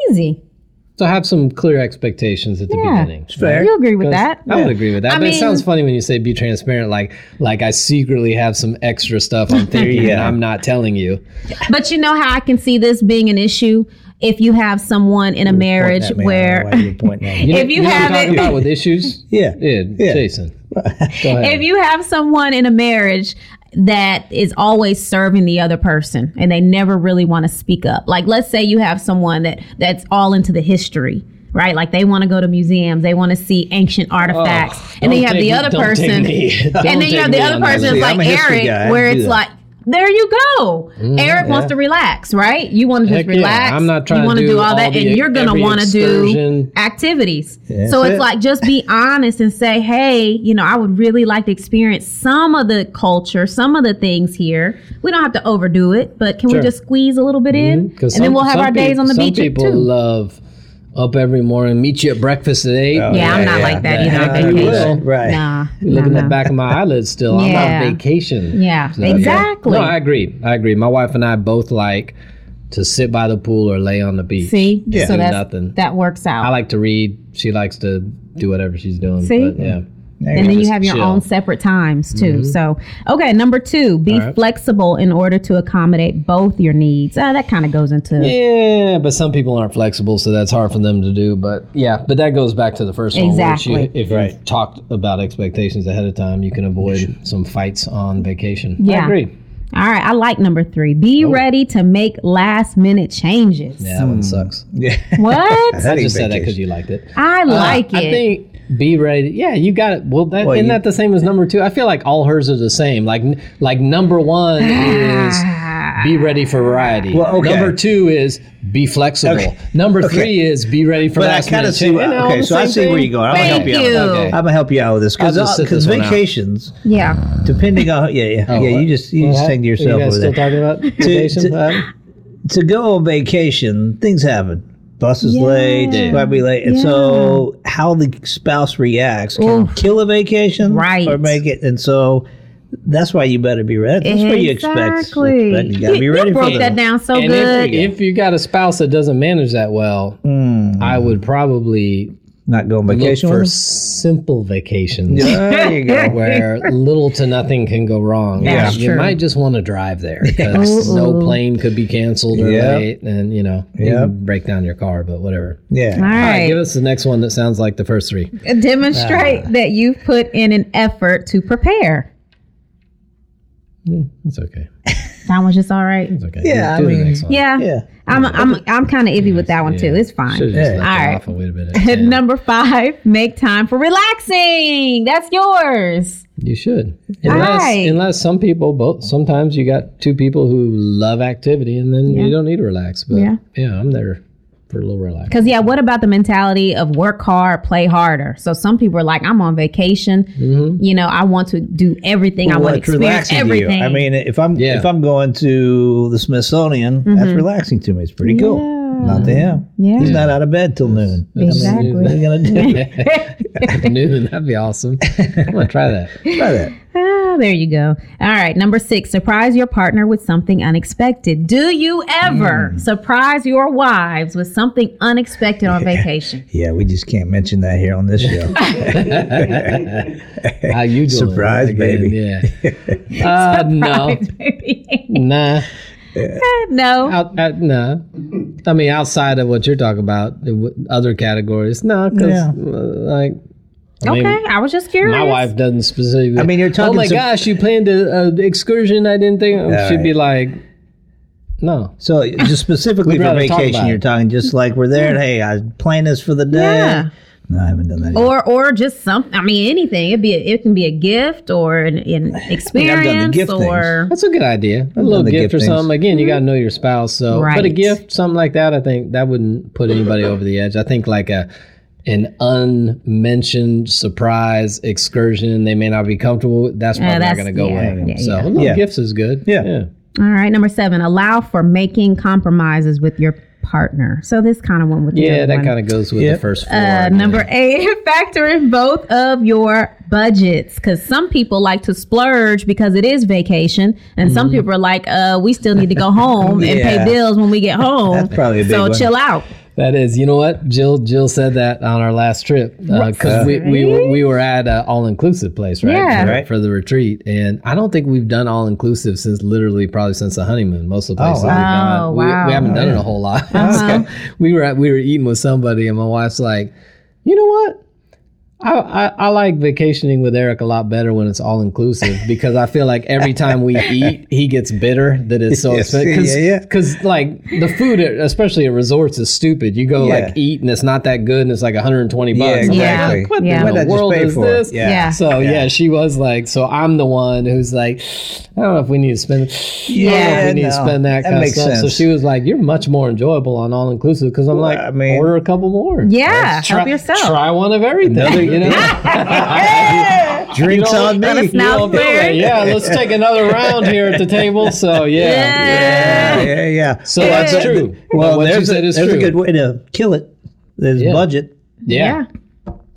[SPEAKER 1] Easy.
[SPEAKER 2] So have some clear expectations at the
[SPEAKER 1] Yeah.
[SPEAKER 2] beginning.
[SPEAKER 3] Fair.
[SPEAKER 1] You agree with that?
[SPEAKER 2] I would agree with that.
[SPEAKER 1] I
[SPEAKER 2] but it sounds
[SPEAKER 1] mean-
[SPEAKER 2] funny when you say be transparent, like like I secretly have some extra stuff
[SPEAKER 3] *laughs*
[SPEAKER 2] I'm thinking and
[SPEAKER 3] Yeah.
[SPEAKER 2] I'm not telling you.
[SPEAKER 1] But you know how I can see this being an issue if you have someone in a marriage
[SPEAKER 3] Point that man out.
[SPEAKER 1] where *laughs*
[SPEAKER 3] Why you point
[SPEAKER 2] *laughs*
[SPEAKER 3] that?
[SPEAKER 2] know-
[SPEAKER 1] If you
[SPEAKER 2] know what I'm
[SPEAKER 1] have
[SPEAKER 2] talking
[SPEAKER 1] it-
[SPEAKER 2] about with issues,
[SPEAKER 3] Yeah.
[SPEAKER 2] *laughs* yeah,
[SPEAKER 3] Yeah.
[SPEAKER 2] Jason. Go ahead.
[SPEAKER 1] if you have someone in a marriage that is always serving the other person and they never really want to speak up like let's say you have someone that that's all into the history right like they want to go to museums they want to see ancient
[SPEAKER 2] Oh,
[SPEAKER 1] artifacts and then you have the other person *laughs* and then you have the other person
[SPEAKER 3] See,
[SPEAKER 1] like
[SPEAKER 3] I'm a history
[SPEAKER 1] eric
[SPEAKER 3] guy. I
[SPEAKER 1] where
[SPEAKER 3] do
[SPEAKER 1] it's like
[SPEAKER 3] that.
[SPEAKER 1] there you go. Eric wants to relax, right? You want to just
[SPEAKER 2] Mm, Heck yeah.
[SPEAKER 1] relax.
[SPEAKER 2] I'm not trying
[SPEAKER 1] you
[SPEAKER 2] to
[SPEAKER 1] wanna
[SPEAKER 2] do
[SPEAKER 1] all,
[SPEAKER 2] all
[SPEAKER 1] that,
[SPEAKER 2] the-
[SPEAKER 1] and you're gonna
[SPEAKER 2] every
[SPEAKER 1] want to do
[SPEAKER 2] excursion.
[SPEAKER 1] activities.
[SPEAKER 3] That's
[SPEAKER 1] so it's
[SPEAKER 3] it.
[SPEAKER 1] like just be honest and say, hey, you know, I would really like to experience some of the culture, some of the things here. We don't have to overdo it, but can
[SPEAKER 2] Sure. Mm-hmm.
[SPEAKER 1] we just squeeze a little bit in? And then we'll have our days on the beach
[SPEAKER 2] Mm, Some people
[SPEAKER 1] too.
[SPEAKER 2] love up every morning, meet you at breakfast at eight.
[SPEAKER 3] Oh,
[SPEAKER 1] yeah, I'm not
[SPEAKER 3] yeah,
[SPEAKER 1] like that
[SPEAKER 3] yeah.
[SPEAKER 1] either
[SPEAKER 2] Yeah,
[SPEAKER 1] on
[SPEAKER 2] you
[SPEAKER 1] vacation.
[SPEAKER 2] will.
[SPEAKER 3] Right.
[SPEAKER 1] Nah,
[SPEAKER 2] Look
[SPEAKER 1] nah,
[SPEAKER 2] in the
[SPEAKER 1] nah.
[SPEAKER 2] back of my eyelids still. I'm
[SPEAKER 1] Yeah.
[SPEAKER 2] on vacation.
[SPEAKER 1] Yeah,
[SPEAKER 2] So,
[SPEAKER 1] exactly.
[SPEAKER 2] No, I agree. I agree. My wife and I both like to sit by the pool or lay on the beach.
[SPEAKER 1] See,
[SPEAKER 3] Yeah.
[SPEAKER 1] so
[SPEAKER 2] Do
[SPEAKER 1] that's,
[SPEAKER 2] nothing.
[SPEAKER 1] that works out.
[SPEAKER 2] I like to read. She likes to do whatever she's doing.
[SPEAKER 1] See?
[SPEAKER 2] But yeah.
[SPEAKER 3] There
[SPEAKER 1] and
[SPEAKER 3] you
[SPEAKER 1] then
[SPEAKER 3] go.
[SPEAKER 1] you
[SPEAKER 2] just
[SPEAKER 1] have your
[SPEAKER 2] chill. Mm-hmm.
[SPEAKER 1] own separate times too. So, okay, number two, be
[SPEAKER 2] All right.
[SPEAKER 1] flexible in order to accommodate both your needs. Uh, that kind of goes into
[SPEAKER 2] Yeah, but some people aren't flexible, so that's hard for them to do. But yeah, but that goes back to the first one.
[SPEAKER 1] Exactly.
[SPEAKER 2] Which you, if you
[SPEAKER 3] Right.
[SPEAKER 2] talked about expectations ahead of time, you can avoid some fights on vacation.
[SPEAKER 1] Yeah.
[SPEAKER 2] I agree.
[SPEAKER 1] All right, I like number three. Be ready to make last minute changes.
[SPEAKER 2] Oh. Yeah, that one sucks.
[SPEAKER 3] Yeah.
[SPEAKER 2] *laughs*
[SPEAKER 1] What?
[SPEAKER 2] I
[SPEAKER 3] Hmm. ain't
[SPEAKER 2] just said that
[SPEAKER 3] vacation.
[SPEAKER 2] because you liked it.
[SPEAKER 1] I like
[SPEAKER 2] Uh,
[SPEAKER 1] it.
[SPEAKER 2] I think be ready. Yeah, you got it. Well, that,
[SPEAKER 3] Well,
[SPEAKER 2] isn't
[SPEAKER 3] you-
[SPEAKER 2] that the same as number two? I feel like all hers are the same. Like n- like number one is
[SPEAKER 1] Ah.
[SPEAKER 2] be ready for variety.
[SPEAKER 3] Well, okay.
[SPEAKER 2] Number two is be flexible.
[SPEAKER 3] Okay.
[SPEAKER 2] Number three is be ready for.
[SPEAKER 3] But I
[SPEAKER 2] last
[SPEAKER 3] kind
[SPEAKER 2] minute
[SPEAKER 3] of see.
[SPEAKER 2] change. Ain't that all
[SPEAKER 3] Okay,
[SPEAKER 2] the
[SPEAKER 3] so I
[SPEAKER 2] same
[SPEAKER 3] see where
[SPEAKER 2] thing?
[SPEAKER 3] you're going. I'm gonna
[SPEAKER 1] Thank
[SPEAKER 3] help you.
[SPEAKER 1] you.
[SPEAKER 3] out.
[SPEAKER 2] Okay.
[SPEAKER 3] *laughs* I'm gonna help you out with this
[SPEAKER 2] I'll just sit
[SPEAKER 3] because
[SPEAKER 2] this one out. Oh,
[SPEAKER 3] vacations,
[SPEAKER 1] Yeah.
[SPEAKER 3] depending on yeah yeah yeah, you just you just
[SPEAKER 2] What?
[SPEAKER 3] sang to
[SPEAKER 2] Are
[SPEAKER 3] yourself
[SPEAKER 2] you guys
[SPEAKER 3] over
[SPEAKER 2] still
[SPEAKER 3] there.
[SPEAKER 2] talking
[SPEAKER 3] *laughs*
[SPEAKER 2] about vacation?
[SPEAKER 3] to-
[SPEAKER 2] Um,
[SPEAKER 3] to go on vacation, things happen. Bus is
[SPEAKER 1] Yeah.
[SPEAKER 3] late, might be late, and
[SPEAKER 1] Yeah.
[SPEAKER 3] so how the spouse reacts can
[SPEAKER 1] Oof.
[SPEAKER 3] kill a vacation,
[SPEAKER 1] Right.
[SPEAKER 3] Or make it, and so that's why you better be ready. That's what you expect.
[SPEAKER 1] Exactly.
[SPEAKER 3] Expect- You gotta be ready
[SPEAKER 1] you
[SPEAKER 3] for
[SPEAKER 1] broke
[SPEAKER 3] that.
[SPEAKER 1] that down so
[SPEAKER 2] and
[SPEAKER 1] Oh, good.
[SPEAKER 2] If, if you got a spouse that doesn't manage that well, I would probably
[SPEAKER 3] Not go on
[SPEAKER 2] Look
[SPEAKER 3] Hmm. vacation.
[SPEAKER 2] for
[SPEAKER 3] with
[SPEAKER 2] simple vacations.
[SPEAKER 3] them? there you go.
[SPEAKER 2] where little to nothing can go wrong.
[SPEAKER 1] Yeah,
[SPEAKER 2] you
[SPEAKER 1] true.
[SPEAKER 2] might just want to drive there because no plane could be canceled or
[SPEAKER 3] Yep.
[SPEAKER 2] late, and you know, you
[SPEAKER 3] Yep.
[SPEAKER 2] can break down your car, but whatever.
[SPEAKER 1] All
[SPEAKER 3] *laughs* Yeah.
[SPEAKER 2] All right,
[SPEAKER 1] right.
[SPEAKER 2] give Ah. us the next one that sounds like the first three.
[SPEAKER 1] Demonstrate that you've put in an effort to prepare.
[SPEAKER 2] It's okay.
[SPEAKER 1] That one's just all right.
[SPEAKER 2] It's okay.
[SPEAKER 3] Yeah,
[SPEAKER 2] do
[SPEAKER 3] I
[SPEAKER 2] the
[SPEAKER 3] mean-
[SPEAKER 2] next one.
[SPEAKER 1] Yeah.
[SPEAKER 3] Yeah.
[SPEAKER 1] I'm I'm I'm kind of iffy with that one too. It's fine. *laughs*
[SPEAKER 2] Should've just
[SPEAKER 3] Yeah.
[SPEAKER 2] left it
[SPEAKER 1] All right.
[SPEAKER 2] off and wait
[SPEAKER 1] *laughs*
[SPEAKER 2] a minute. Yeah.
[SPEAKER 1] Number five, make time for relaxing. That's yours.
[SPEAKER 2] You should.
[SPEAKER 1] All
[SPEAKER 2] Unless,
[SPEAKER 1] right.
[SPEAKER 2] unless some people both sometimes you got two people who love activity and then
[SPEAKER 1] Yeah.
[SPEAKER 2] you don't need to relax. But
[SPEAKER 1] Yeah.
[SPEAKER 2] yeah, I'm there for a little relax.
[SPEAKER 1] Because, yeah, what about the mentality of work hard, play harder? So, some people are like, I'm on vacation.
[SPEAKER 2] Mm-hmm.
[SPEAKER 1] You know, I want to do everything. I want to
[SPEAKER 3] What's
[SPEAKER 1] experience
[SPEAKER 3] relaxing to you?
[SPEAKER 1] everything.
[SPEAKER 3] I mean, if I'm
[SPEAKER 2] Yeah.
[SPEAKER 3] if I'm going to the Smithsonian, that's relaxing to me. It's pretty cool. Not to him.
[SPEAKER 1] Mm-hmm. Yeah.
[SPEAKER 3] He's not out of bed till noon.
[SPEAKER 1] Exactly.
[SPEAKER 3] What are you gonna
[SPEAKER 2] *laughs*
[SPEAKER 3] do?
[SPEAKER 2] Noon, that'd be awesome. I'm gonna try
[SPEAKER 3] *laughs*
[SPEAKER 2] that.
[SPEAKER 3] Try that.
[SPEAKER 1] Ah, there you go. All right. Number six, surprise your partner with something unexpected. Do you ever
[SPEAKER 3] Mm.
[SPEAKER 1] surprise your wives with something unexpected
[SPEAKER 3] *laughs*
[SPEAKER 1] on vacation? *laughs*
[SPEAKER 3] Yeah, we just can't mention that here on this show.
[SPEAKER 2] How you doing?
[SPEAKER 3] Surprise, baby. *laughs*
[SPEAKER 2] Yeah. Uh, no, nah,
[SPEAKER 1] no.
[SPEAKER 2] out, out, nah. I mean, outside of what you're talking about, it would- other categories, no, because
[SPEAKER 3] Yeah.
[SPEAKER 2] like. I mean,
[SPEAKER 1] Okay. I was just curious.
[SPEAKER 2] My wife doesn't specifically.
[SPEAKER 3] I mean, you're
[SPEAKER 2] Oh
[SPEAKER 3] talking
[SPEAKER 2] my
[SPEAKER 3] some-
[SPEAKER 2] gosh, you planned an excursion. I didn't think she'd be like, no.
[SPEAKER 3] So just specifically
[SPEAKER 2] We'd
[SPEAKER 3] for
[SPEAKER 2] rather talk about
[SPEAKER 3] vacation,
[SPEAKER 2] it.
[SPEAKER 3] you're talking just like we're there. and, Hey, I planned this for the day.
[SPEAKER 1] Yeah. Oh,
[SPEAKER 3] No, I haven't done that. yet.
[SPEAKER 1] or or just something. I mean, anything. It be a, it can be a gift or an, an experience
[SPEAKER 3] gift
[SPEAKER 1] or
[SPEAKER 2] That's a good idea. A little
[SPEAKER 3] the
[SPEAKER 2] gift,
[SPEAKER 3] gift
[SPEAKER 2] or
[SPEAKER 3] things.
[SPEAKER 2] something. Again, you got to know your spouse. So, but a
[SPEAKER 1] Right.
[SPEAKER 2] gift, something like that, I think that wouldn't put anybody over the edge. I think like a an unmentioned surprise excursion they may not be comfortable with. That's
[SPEAKER 1] Yeah,
[SPEAKER 2] probably
[SPEAKER 1] that's-
[SPEAKER 2] not going to go
[SPEAKER 1] yeah,
[SPEAKER 2] away.
[SPEAKER 1] yeah,
[SPEAKER 2] so,
[SPEAKER 1] yeah.
[SPEAKER 2] a little
[SPEAKER 3] Yeah.
[SPEAKER 2] gifts is good.
[SPEAKER 3] Yeah.
[SPEAKER 1] all right. Number seven, allow for making compromises with your partner. So this kind of one with the
[SPEAKER 2] Yeah,
[SPEAKER 1] other
[SPEAKER 2] that
[SPEAKER 1] one.
[SPEAKER 2] kind of goes with the
[SPEAKER 3] Yep.
[SPEAKER 2] first four.
[SPEAKER 1] Uh, number eight, *laughs* factor in both of your budgets because some people like to splurge because it is vacation, and some people are like, uh, we still need to go home and pay
[SPEAKER 3] Mm-hmm. Yeah.
[SPEAKER 1] bills when we get home.
[SPEAKER 3] *laughs* That's probably a big
[SPEAKER 1] so
[SPEAKER 3] one.
[SPEAKER 1] chill out.
[SPEAKER 2] That is, you know what, Jill. Jill said that on our last trip because we, we were we were at an all inclusive place, right?
[SPEAKER 1] Yeah.
[SPEAKER 2] For,
[SPEAKER 3] Right.
[SPEAKER 2] for the retreat, and I don't think we've done all inclusive since literally probably since the honeymoon. Most of the places we've
[SPEAKER 1] wow.
[SPEAKER 2] gone,
[SPEAKER 1] Oh,
[SPEAKER 2] we,
[SPEAKER 1] wow. Uh-huh.
[SPEAKER 2] we haven't done it a whole lot. *laughs* So we were at, we were eating with somebody, and my wife's like, you know what? I, I, I like vacationing with Eric a lot better when it's all inclusive because I feel like every time
[SPEAKER 3] *laughs*
[SPEAKER 2] we eat, he gets bitter that it's so
[SPEAKER 3] Yes,
[SPEAKER 2] expensive. Cause,
[SPEAKER 3] yeah, yeah.
[SPEAKER 2] 'cause, like the food, at, especially at resorts, is stupid. You go
[SPEAKER 3] Yeah.
[SPEAKER 2] like eat and it's not that good and it's like 120 bucks. I'm like,
[SPEAKER 1] exactly.
[SPEAKER 2] what
[SPEAKER 1] Yeah.
[SPEAKER 2] the
[SPEAKER 1] Why
[SPEAKER 3] not just
[SPEAKER 2] world
[SPEAKER 3] pay
[SPEAKER 2] is
[SPEAKER 3] for it?
[SPEAKER 2] this?
[SPEAKER 3] Yeah.
[SPEAKER 1] Yeah.
[SPEAKER 2] So yeah. she was like, so I'm the one who's like, I don't know if we need to spend. Yeah,
[SPEAKER 3] Yeah,
[SPEAKER 2] we need to
[SPEAKER 3] no,
[SPEAKER 2] spend that,
[SPEAKER 3] that
[SPEAKER 2] kind of
[SPEAKER 3] makes
[SPEAKER 2] stuff. So
[SPEAKER 3] sense.
[SPEAKER 2] she was like, you're much more enjoyable on all inclusive because I'm like,
[SPEAKER 3] I mean-
[SPEAKER 2] order a couple more.
[SPEAKER 1] Yeah,
[SPEAKER 2] Let's try-
[SPEAKER 1] help yourself.
[SPEAKER 2] Try one of everything. you
[SPEAKER 1] *laughs*
[SPEAKER 2] *laughs* know?
[SPEAKER 3] Drinks
[SPEAKER 2] You know,
[SPEAKER 3] on
[SPEAKER 1] let
[SPEAKER 3] me.
[SPEAKER 1] us know.
[SPEAKER 2] Well, anyway, yeah, let's take another round here at the table. So
[SPEAKER 1] Yeah.
[SPEAKER 2] yeah,
[SPEAKER 3] Yeah, yeah.
[SPEAKER 2] so that's true.
[SPEAKER 3] Well,
[SPEAKER 2] what you
[SPEAKER 3] there's, a,
[SPEAKER 2] said is
[SPEAKER 3] there's a good way to kill it. There's
[SPEAKER 2] Yeah.
[SPEAKER 3] budget.
[SPEAKER 2] Yeah,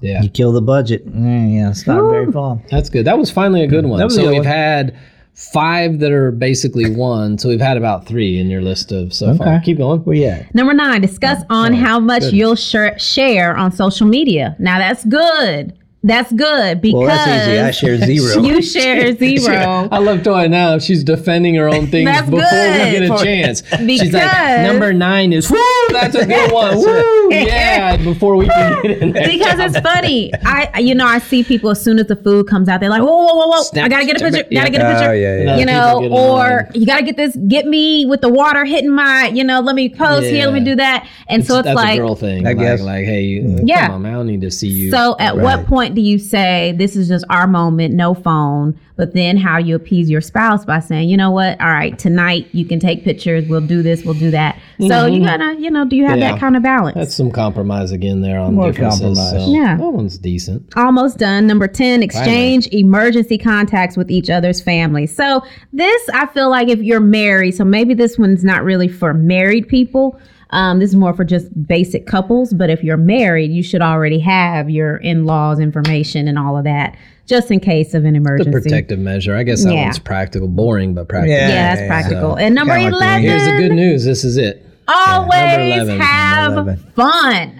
[SPEAKER 2] yeah.
[SPEAKER 3] You kill the budget. Mm, yeah, it's not very fun.
[SPEAKER 2] That's good. That was finally a good one.
[SPEAKER 3] Mm. was a
[SPEAKER 2] so
[SPEAKER 3] good
[SPEAKER 2] we've
[SPEAKER 3] one.
[SPEAKER 2] had five that are basically one. So we've had about three in your list of so far.
[SPEAKER 3] Okay.
[SPEAKER 2] Keep going.
[SPEAKER 3] Where you at?
[SPEAKER 1] Number nine, discuss on how much you'll share, share on social media. Now that's good. That's good because
[SPEAKER 3] Well, that's easy. I share zero.
[SPEAKER 1] you
[SPEAKER 3] *laughs*
[SPEAKER 1] share zero.
[SPEAKER 2] I love Toy now. She's defending her own things
[SPEAKER 1] That's
[SPEAKER 2] before
[SPEAKER 1] good.
[SPEAKER 2] we get
[SPEAKER 1] *laughs*
[SPEAKER 2] a chance. She's
[SPEAKER 1] Because-
[SPEAKER 2] like, number nine is woo. *laughs* That's a
[SPEAKER 1] *laughs*
[SPEAKER 2] good one. Woo. *laughs* Yeah. Before we can get in there.
[SPEAKER 1] because it's funny. I you know I see people as soon as the food comes out, they're like, whoa, whoa, whoa, whoa! I
[SPEAKER 2] Snap,
[SPEAKER 1] gotta get a
[SPEAKER 2] snap
[SPEAKER 1] picture.
[SPEAKER 2] it. Yeah.
[SPEAKER 1] Gotta get a picture.
[SPEAKER 3] Oh, yeah, yeah.
[SPEAKER 1] You
[SPEAKER 2] And other
[SPEAKER 1] know,
[SPEAKER 2] people get in
[SPEAKER 1] or
[SPEAKER 2] line.
[SPEAKER 1] you gotta get this. Get me with the water hitting my. You know, let me pose here. Let me
[SPEAKER 2] Yeah.
[SPEAKER 1] do that. And so it's
[SPEAKER 2] that's
[SPEAKER 1] like.
[SPEAKER 2] a girl thing.
[SPEAKER 3] I
[SPEAKER 2] like,
[SPEAKER 3] guess. Mm.
[SPEAKER 2] like, hey, you-
[SPEAKER 1] Yeah.
[SPEAKER 2] come on, man, I don't need to see you.
[SPEAKER 1] So at what
[SPEAKER 3] Right.
[SPEAKER 1] point do you say this is just our moment, no phone? But then how you appease your spouse by saying, you know what? All right, tonight you can take pictures. We'll do this. We'll do that. So you gotta, you know, do you have
[SPEAKER 2] Mm-hmm. Yeah.
[SPEAKER 1] that kind of balance?
[SPEAKER 2] that's some compromise again there on
[SPEAKER 3] More
[SPEAKER 2] differences.
[SPEAKER 3] compromise.
[SPEAKER 2] So
[SPEAKER 1] Yeah.
[SPEAKER 2] that one's decent.
[SPEAKER 1] almost done. Number 10, exchange emergency contacts with each other's families. So, this I feel like if you're married, so maybe this one's not really for married people. Um, this is more for just basic couples, but if you're married, you should already have your in laws information and all of that just in case of an
[SPEAKER 2] The
[SPEAKER 1] emergency.
[SPEAKER 2] protective measure. I guess that
[SPEAKER 1] Yeah.
[SPEAKER 2] one's practical, boring but practical.
[SPEAKER 3] Yeah.
[SPEAKER 1] yeah, that's
[SPEAKER 3] Yeah,
[SPEAKER 1] practical. and number
[SPEAKER 3] Kinda like the
[SPEAKER 1] 11,
[SPEAKER 3] one-
[SPEAKER 2] Here's the good news. This is it.
[SPEAKER 1] always
[SPEAKER 2] number 11,
[SPEAKER 1] have
[SPEAKER 3] 11.
[SPEAKER 1] fun.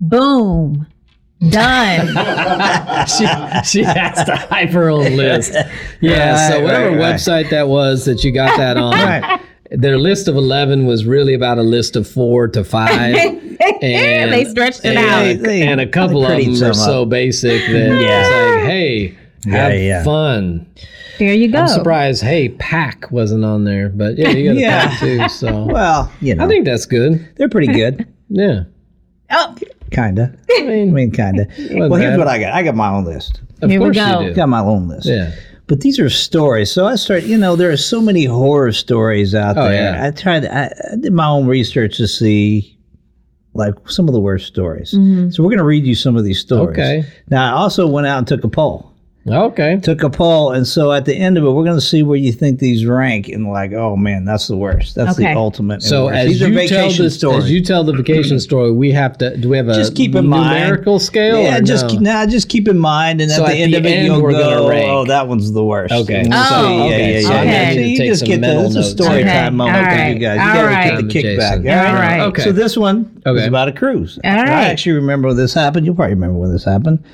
[SPEAKER 1] Boom. Done.
[SPEAKER 3] *laughs*
[SPEAKER 2] she, she has to hype her own list. Yeah,
[SPEAKER 3] Right,
[SPEAKER 2] so whatever
[SPEAKER 3] right, right.
[SPEAKER 2] website that was that you got that on,
[SPEAKER 3] Right.
[SPEAKER 2] their list of 11 was really about a list of four to
[SPEAKER 3] *laughs*
[SPEAKER 2] five. and
[SPEAKER 1] they stretched it
[SPEAKER 2] and,
[SPEAKER 1] out.
[SPEAKER 3] they-
[SPEAKER 2] and a couple
[SPEAKER 3] they
[SPEAKER 2] of
[SPEAKER 3] prettied
[SPEAKER 2] them are
[SPEAKER 3] some
[SPEAKER 2] so
[SPEAKER 3] up.
[SPEAKER 2] basic that
[SPEAKER 3] Yeah.
[SPEAKER 2] it's like, hey,
[SPEAKER 3] Yeah,
[SPEAKER 2] have
[SPEAKER 3] yeah. Oh.
[SPEAKER 2] fun.
[SPEAKER 1] There you go.
[SPEAKER 2] I'm surprised, hey, pack wasn't on there, but yeah, you got a
[SPEAKER 3] Yeah.
[SPEAKER 2] pack too. So
[SPEAKER 3] *laughs* Well, you know,
[SPEAKER 2] I think that's good.
[SPEAKER 3] they're pretty good.
[SPEAKER 2] Yeah.
[SPEAKER 1] Oh,
[SPEAKER 3] Kinda.
[SPEAKER 2] I mean,
[SPEAKER 3] I
[SPEAKER 2] *laughs*
[SPEAKER 3] mean, kinda. well,
[SPEAKER 2] bad.
[SPEAKER 3] here's what I got. I got my own list.
[SPEAKER 2] of
[SPEAKER 1] Here we
[SPEAKER 2] course
[SPEAKER 1] go.
[SPEAKER 2] you do.
[SPEAKER 3] Got my own list.
[SPEAKER 2] Yeah.
[SPEAKER 3] But these are stories. So I start, you know, there are so many horror stories out
[SPEAKER 2] Oh,
[SPEAKER 3] there.
[SPEAKER 2] yeah.
[SPEAKER 3] I tried, I, I did my own research to see like some of the worst stories. So we're going to read you some of these stories.
[SPEAKER 2] Mm-hmm. Okay.
[SPEAKER 3] Now, I also went out and took a poll.
[SPEAKER 2] Okay.
[SPEAKER 3] Took a poll. And so at the end of it, we're going to see where you think these rank. And like, oh man, that's the worst. That's
[SPEAKER 1] Okay.
[SPEAKER 3] the ultimate. and
[SPEAKER 2] So
[SPEAKER 3] worst.
[SPEAKER 2] as
[SPEAKER 3] these
[SPEAKER 2] you
[SPEAKER 3] are
[SPEAKER 2] tell
[SPEAKER 3] vacation
[SPEAKER 2] this,
[SPEAKER 3] stories.
[SPEAKER 2] as you tell the vacation story, we have to. Do we have a
[SPEAKER 3] just keep in mind
[SPEAKER 2] numerical scale?
[SPEAKER 3] Yeah,
[SPEAKER 2] or
[SPEAKER 3] just
[SPEAKER 2] no?
[SPEAKER 3] keep, nah, just keep in mind, and
[SPEAKER 2] So
[SPEAKER 3] at the
[SPEAKER 2] at
[SPEAKER 3] end
[SPEAKER 2] the
[SPEAKER 3] of it,
[SPEAKER 2] end,
[SPEAKER 3] you'll
[SPEAKER 2] we're gonna
[SPEAKER 3] go,
[SPEAKER 2] rank.
[SPEAKER 3] "Oh, that one's the worst."
[SPEAKER 2] Okay.
[SPEAKER 3] And we'll
[SPEAKER 1] Oh,
[SPEAKER 3] see. yeah,
[SPEAKER 1] okay.
[SPEAKER 3] yeah, yeah.
[SPEAKER 1] So I
[SPEAKER 2] need
[SPEAKER 3] So
[SPEAKER 2] to
[SPEAKER 3] you
[SPEAKER 2] take
[SPEAKER 3] just
[SPEAKER 2] some
[SPEAKER 3] get the,
[SPEAKER 2] mental
[SPEAKER 3] it's a
[SPEAKER 2] notes.
[SPEAKER 3] story
[SPEAKER 1] Okay.
[SPEAKER 3] time moment
[SPEAKER 1] All
[SPEAKER 3] for
[SPEAKER 1] right.
[SPEAKER 3] you guys.
[SPEAKER 1] All
[SPEAKER 3] You gotta
[SPEAKER 1] right.
[SPEAKER 3] get the kickback.
[SPEAKER 2] Jason.
[SPEAKER 1] All right.
[SPEAKER 2] Okay.
[SPEAKER 3] So this one
[SPEAKER 2] Okay.
[SPEAKER 3] is about a cruise.
[SPEAKER 1] All
[SPEAKER 3] I
[SPEAKER 1] right.
[SPEAKER 3] actually remember when this happened. You'll probably remember when this happened.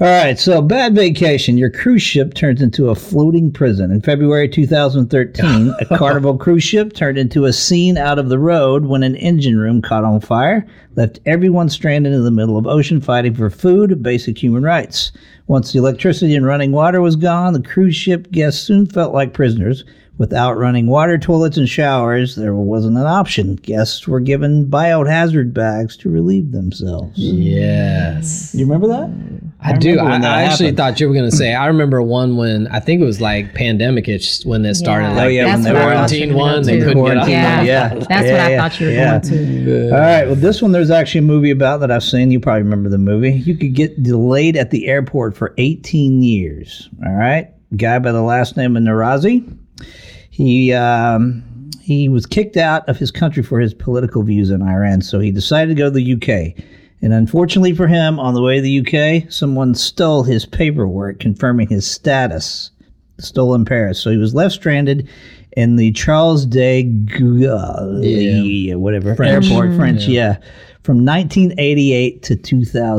[SPEAKER 3] All right, so bad vacation. Your cruise ship turns into a floating prison. In February 2013, *laughs* a Carnival cruise ship turned into a scene out of the road when an engine room caught on fire, left everyone stranded in the middle of ocean fighting for food, and basic human rights. Once the electricity and running water was gone, the cruise ship guests soon felt like prisoners. Without running water, toilets, and showers, there wasn't an option. Guests were given biohazard bags to relieve themselves. You
[SPEAKER 2] Yes.
[SPEAKER 3] remember that?
[SPEAKER 2] I, do.
[SPEAKER 3] remember
[SPEAKER 2] I,
[SPEAKER 3] when that
[SPEAKER 2] I actually
[SPEAKER 3] happened.
[SPEAKER 2] thought you were going to say. I remember one when I think it was like pandemic ish when this started.
[SPEAKER 1] Yeah.
[SPEAKER 2] Like
[SPEAKER 3] Oh, yeah, when
[SPEAKER 1] That's
[SPEAKER 3] they
[SPEAKER 1] what I
[SPEAKER 3] were
[SPEAKER 1] thought you
[SPEAKER 2] quarantine
[SPEAKER 1] were
[SPEAKER 2] one,
[SPEAKER 1] going
[SPEAKER 2] they
[SPEAKER 1] to.
[SPEAKER 2] couldn't get off.
[SPEAKER 1] Yeah.
[SPEAKER 3] Yeah.
[SPEAKER 1] That's what I
[SPEAKER 3] Yeah,
[SPEAKER 1] thought you were
[SPEAKER 3] yeah.
[SPEAKER 1] going to.
[SPEAKER 3] All right. Well, this one there's actually a movie about that I've seen. You probably remember the movie. You could get delayed at the airport for 18 years. All right. Guy by the last name of Narazi. He um, he was kicked out of his country for his political views in Iran, so he decided to go to the UK. And unfortunately for him, on the way to the UK, someone stole his paperwork confirming his status. Stolen in Paris, so he was left stranded in the Charles de Gaulle, yeah, whatever
[SPEAKER 2] Mm-hmm.
[SPEAKER 3] airport, French, yeah. from 1988 to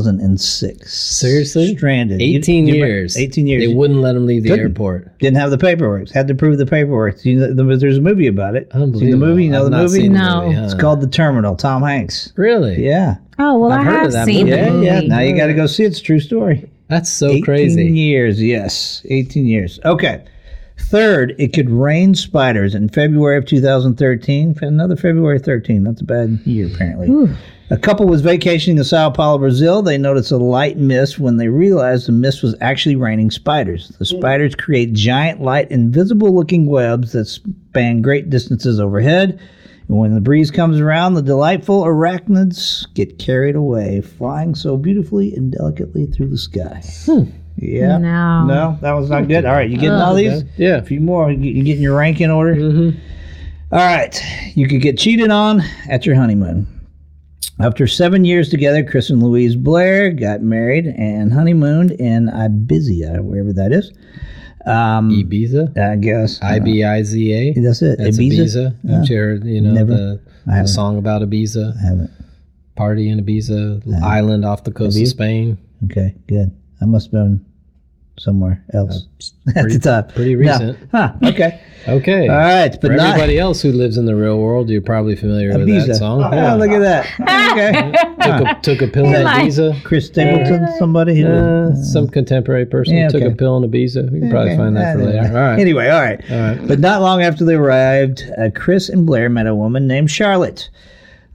[SPEAKER 3] 2006.
[SPEAKER 2] Seriously?
[SPEAKER 3] stranded. You-
[SPEAKER 2] Eighteen
[SPEAKER 3] you-
[SPEAKER 2] years.
[SPEAKER 3] 18 years.
[SPEAKER 2] They
[SPEAKER 3] You-
[SPEAKER 2] wouldn't let him leave the
[SPEAKER 3] Couldn't.
[SPEAKER 2] airport.
[SPEAKER 3] didn't have the paperwork. Had to prove the paperwork. You know, there was- there's a movie about it.
[SPEAKER 2] Unbelievable.
[SPEAKER 3] Seen the movie? You know
[SPEAKER 2] I've
[SPEAKER 3] the
[SPEAKER 2] not
[SPEAKER 3] movie?
[SPEAKER 2] seen the
[SPEAKER 1] No.
[SPEAKER 2] movie, huh?
[SPEAKER 3] It's called The Terminal. Tom Hanks.
[SPEAKER 2] Really?
[SPEAKER 3] Yeah.
[SPEAKER 1] Oh, well,
[SPEAKER 2] I've
[SPEAKER 1] I
[SPEAKER 2] heard of
[SPEAKER 1] have
[SPEAKER 2] that
[SPEAKER 1] seen
[SPEAKER 2] movie.
[SPEAKER 1] the
[SPEAKER 3] Yeah,
[SPEAKER 1] movie.
[SPEAKER 3] yeah. Now you got to go see it. It's a true story.
[SPEAKER 2] That's so crazy.
[SPEAKER 3] years, yes. 18 years. Okay. Third, it could rain spiders in February of 2013. Another February 13. That's a bad year, apparently. A couple was vacationing in Sao Paulo, Brazil. They noticed a light mist when they realized the mist was actually raining spiders. The spiders create giant, light, invisible looking webs that span great distances overhead. And when the breeze comes around, the delightful arachnids get carried away, flying so beautifully and delicately through the sky. Yeah.
[SPEAKER 1] No.
[SPEAKER 3] No, that was not good. All right, you getting all these?
[SPEAKER 2] Yeah.
[SPEAKER 3] A few more. You you getting your rank in order? Mm-hmm. right. You could get cheated on at your honeymoon. After seven years together, Chris and Louise Blair got married and honeymooned in Ibiza, wherever that is. Um,
[SPEAKER 2] Ibiza.
[SPEAKER 3] I guess.
[SPEAKER 2] E-
[SPEAKER 3] uh,
[SPEAKER 2] I B I Z A.
[SPEAKER 3] That's it.
[SPEAKER 2] That's Ibiza. I've heard, you know,
[SPEAKER 3] Never.
[SPEAKER 2] the, the
[SPEAKER 3] haven't.
[SPEAKER 2] song about Ibiza,
[SPEAKER 3] I haven't.
[SPEAKER 2] party in Ibiza, island off the coast of Spain.
[SPEAKER 3] Okay, good. I must have been somewhere else *laughs* at
[SPEAKER 2] Uh, pretty-
[SPEAKER 3] the top.
[SPEAKER 2] pretty
[SPEAKER 3] No.
[SPEAKER 2] recent.
[SPEAKER 3] Huh, okay.
[SPEAKER 2] Okay.
[SPEAKER 3] All right, but
[SPEAKER 2] For
[SPEAKER 3] not.
[SPEAKER 2] everybody else who lives in the real world, you're probably familiar with that
[SPEAKER 3] Ibiza. *laughs*
[SPEAKER 2] song.
[SPEAKER 3] Oh,
[SPEAKER 2] Yeah.
[SPEAKER 3] look at that.
[SPEAKER 2] *laughs*
[SPEAKER 3] Okay.
[SPEAKER 2] took, a, took a pill in
[SPEAKER 1] like-
[SPEAKER 2] Ibiza.
[SPEAKER 3] Chris Stapleton, somebody who.
[SPEAKER 2] Uh, some contemporary person
[SPEAKER 3] Yeah,
[SPEAKER 2] took a
[SPEAKER 3] okay.
[SPEAKER 2] pill in Ibiza. We can probably
[SPEAKER 3] Okay,
[SPEAKER 2] find that for
[SPEAKER 3] anyway.
[SPEAKER 2] later. All right.
[SPEAKER 3] Anyway, all right. But not long after they arrived, uh, Chris and Blair met a woman named Charlotte.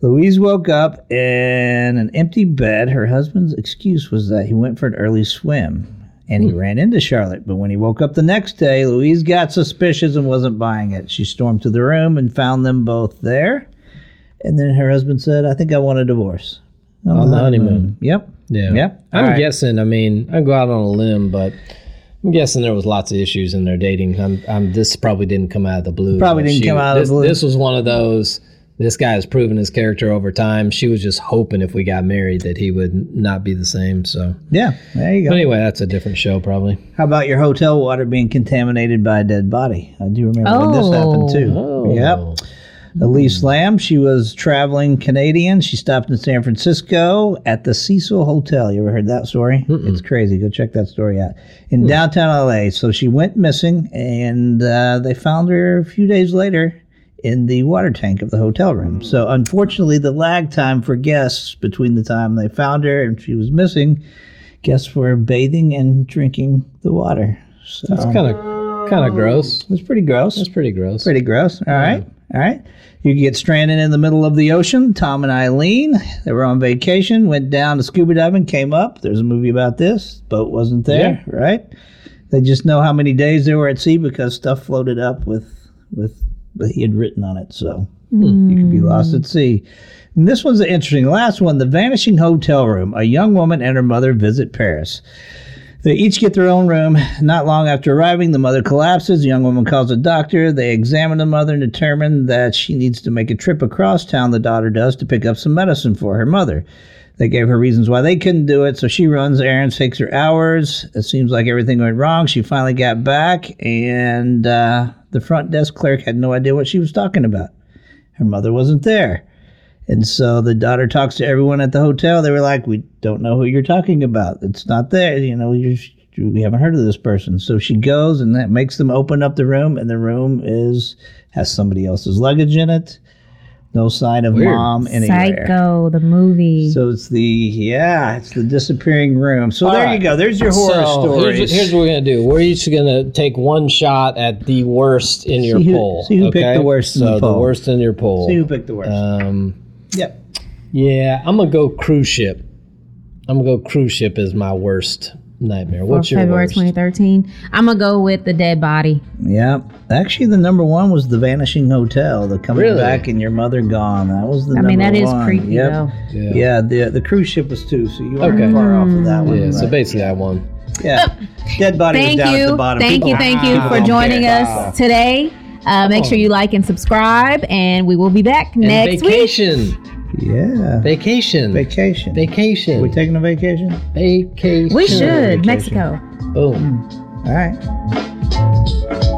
[SPEAKER 3] Louise woke up in an empty bed. Her husband's excuse was that he went for an early swim and he ran into Charlotte. But when he woke up the next day, Louise got suspicious and wasn't buying it. She stormed to the room and found them both there. And then her husband said, I think I want a divorce.
[SPEAKER 2] On the honeymoon.
[SPEAKER 3] Yep.
[SPEAKER 2] Yeah.
[SPEAKER 3] Yeah.
[SPEAKER 2] I'm
[SPEAKER 3] All right.
[SPEAKER 2] guessing, I mean, I go out on a limb, but I'm guessing there was lots of issues in their dating. I'm, I'm, this probably didn't come out of the blue.
[SPEAKER 3] Probably didn't
[SPEAKER 2] She-
[SPEAKER 3] come out of
[SPEAKER 2] this-
[SPEAKER 3] the blue.
[SPEAKER 2] This was one of those. This guy has proven his character over time. She was just hoping if we got married that he would not be the same. So,
[SPEAKER 3] Yeah. There you go.
[SPEAKER 2] but anyway, that's a different show, probably.
[SPEAKER 3] How about your hotel water being contaminated by a dead body? I do Uh, remember when this
[SPEAKER 1] Oh.
[SPEAKER 3] happened too. Yep. Elise Lamb. She was traveling Canadian. She stopped in San Francisco at the Cecil Hotel. You ever heard that story? It's crazy. Go check that story out in downtown LA. So she went missing, and uh, they found her a few days later in the water tank of the hotel room. So unfortunately, the lag time for guests between the time they found her and she was missing, guests were bathing and drinking the water. So
[SPEAKER 2] It's kind of kind of gross.
[SPEAKER 3] it was pretty gross.
[SPEAKER 2] It's pretty gross.
[SPEAKER 3] Pretty gross. All right. All right. You could get stranded in the middle of the ocean. Tom and Eileen, they were on vacation, went down to scuba diving, came up. There's a movie about this. Boat wasn't there, right? They just know how many days they were at sea because stuff floated up with with what he had written on it. So you could be lost at sea. And this one's interesting. Last one, The Vanishing Hotel Room. A young woman and her mother visit Paris. They each get their own room. Not long after arriving, the mother collapses. The young woman calls a doctor. They examine the mother and determine that she needs to make a trip across town, the daughter does, to pick up some medicine for her mother. They gave her reasons why they couldn't do it, so she runs errands, takes her hours. It seems like everything went wrong. She finally got back, and uh, the front desk clerk had no idea what she was talking about. Her mother wasn't there. And so the daughter talks to everyone at the hotel. They were like, "We don't know who you're talking about. It's not there. You know, you we haven't heard of this person." So she goes, and that makes them open up the room, and the room is has somebody else's luggage in it. No sign of
[SPEAKER 2] Weird.
[SPEAKER 3] mom anywhere.
[SPEAKER 1] Psycho, the movie.
[SPEAKER 3] So it's the yeah, it's the disappearing room. So there
[SPEAKER 2] right.
[SPEAKER 3] you go. There's your horror stories.
[SPEAKER 2] Here's, here's what we're gonna do. We're each gonna take one shot at the worst in your
[SPEAKER 3] who-
[SPEAKER 2] poll.
[SPEAKER 3] see who picked the worst in
[SPEAKER 2] So
[SPEAKER 3] the poll.
[SPEAKER 2] worst in your poll.
[SPEAKER 3] See who picked the worst.
[SPEAKER 2] um,
[SPEAKER 3] yep.
[SPEAKER 2] yeah, I'm gonna go cruise ship. I'm gonna go cruise ship is my worst nightmare.
[SPEAKER 1] for
[SPEAKER 2] What's your
[SPEAKER 1] February
[SPEAKER 2] worst?
[SPEAKER 1] 2013. I'm gonna go with the dead body.
[SPEAKER 3] Yep. Actually, the number one was the Vanishing Hotel. The coming
[SPEAKER 2] Really?
[SPEAKER 3] back and your mother gone. That was the
[SPEAKER 1] I
[SPEAKER 3] number
[SPEAKER 1] mean, that is
[SPEAKER 3] one.
[SPEAKER 1] creepy
[SPEAKER 3] Yep.
[SPEAKER 1] though.
[SPEAKER 2] Yeah.
[SPEAKER 3] Yeah. the the cruise ship was two, so you weren't
[SPEAKER 2] Okay.
[SPEAKER 3] far off of that one.
[SPEAKER 2] Yeah, so
[SPEAKER 3] right?
[SPEAKER 2] basically I won.
[SPEAKER 3] yeah. Dead body was
[SPEAKER 1] Thank
[SPEAKER 3] down at
[SPEAKER 1] you,
[SPEAKER 3] the bottom.
[SPEAKER 1] thank you,
[SPEAKER 3] People-
[SPEAKER 1] thank you
[SPEAKER 3] people
[SPEAKER 1] for
[SPEAKER 3] don't
[SPEAKER 1] joining
[SPEAKER 3] care. Oh.
[SPEAKER 1] us today. Uh, make sure you like and subscribe, and we will be back
[SPEAKER 2] And
[SPEAKER 1] next week.
[SPEAKER 2] vacation.
[SPEAKER 3] Yeah.
[SPEAKER 2] Vacation.
[SPEAKER 3] Vacation.
[SPEAKER 2] Vacation.
[SPEAKER 3] We taking a vacation?
[SPEAKER 2] vacation.
[SPEAKER 1] We should
[SPEAKER 3] Vacation.
[SPEAKER 1] Mexico.
[SPEAKER 2] Boom.
[SPEAKER 3] All right.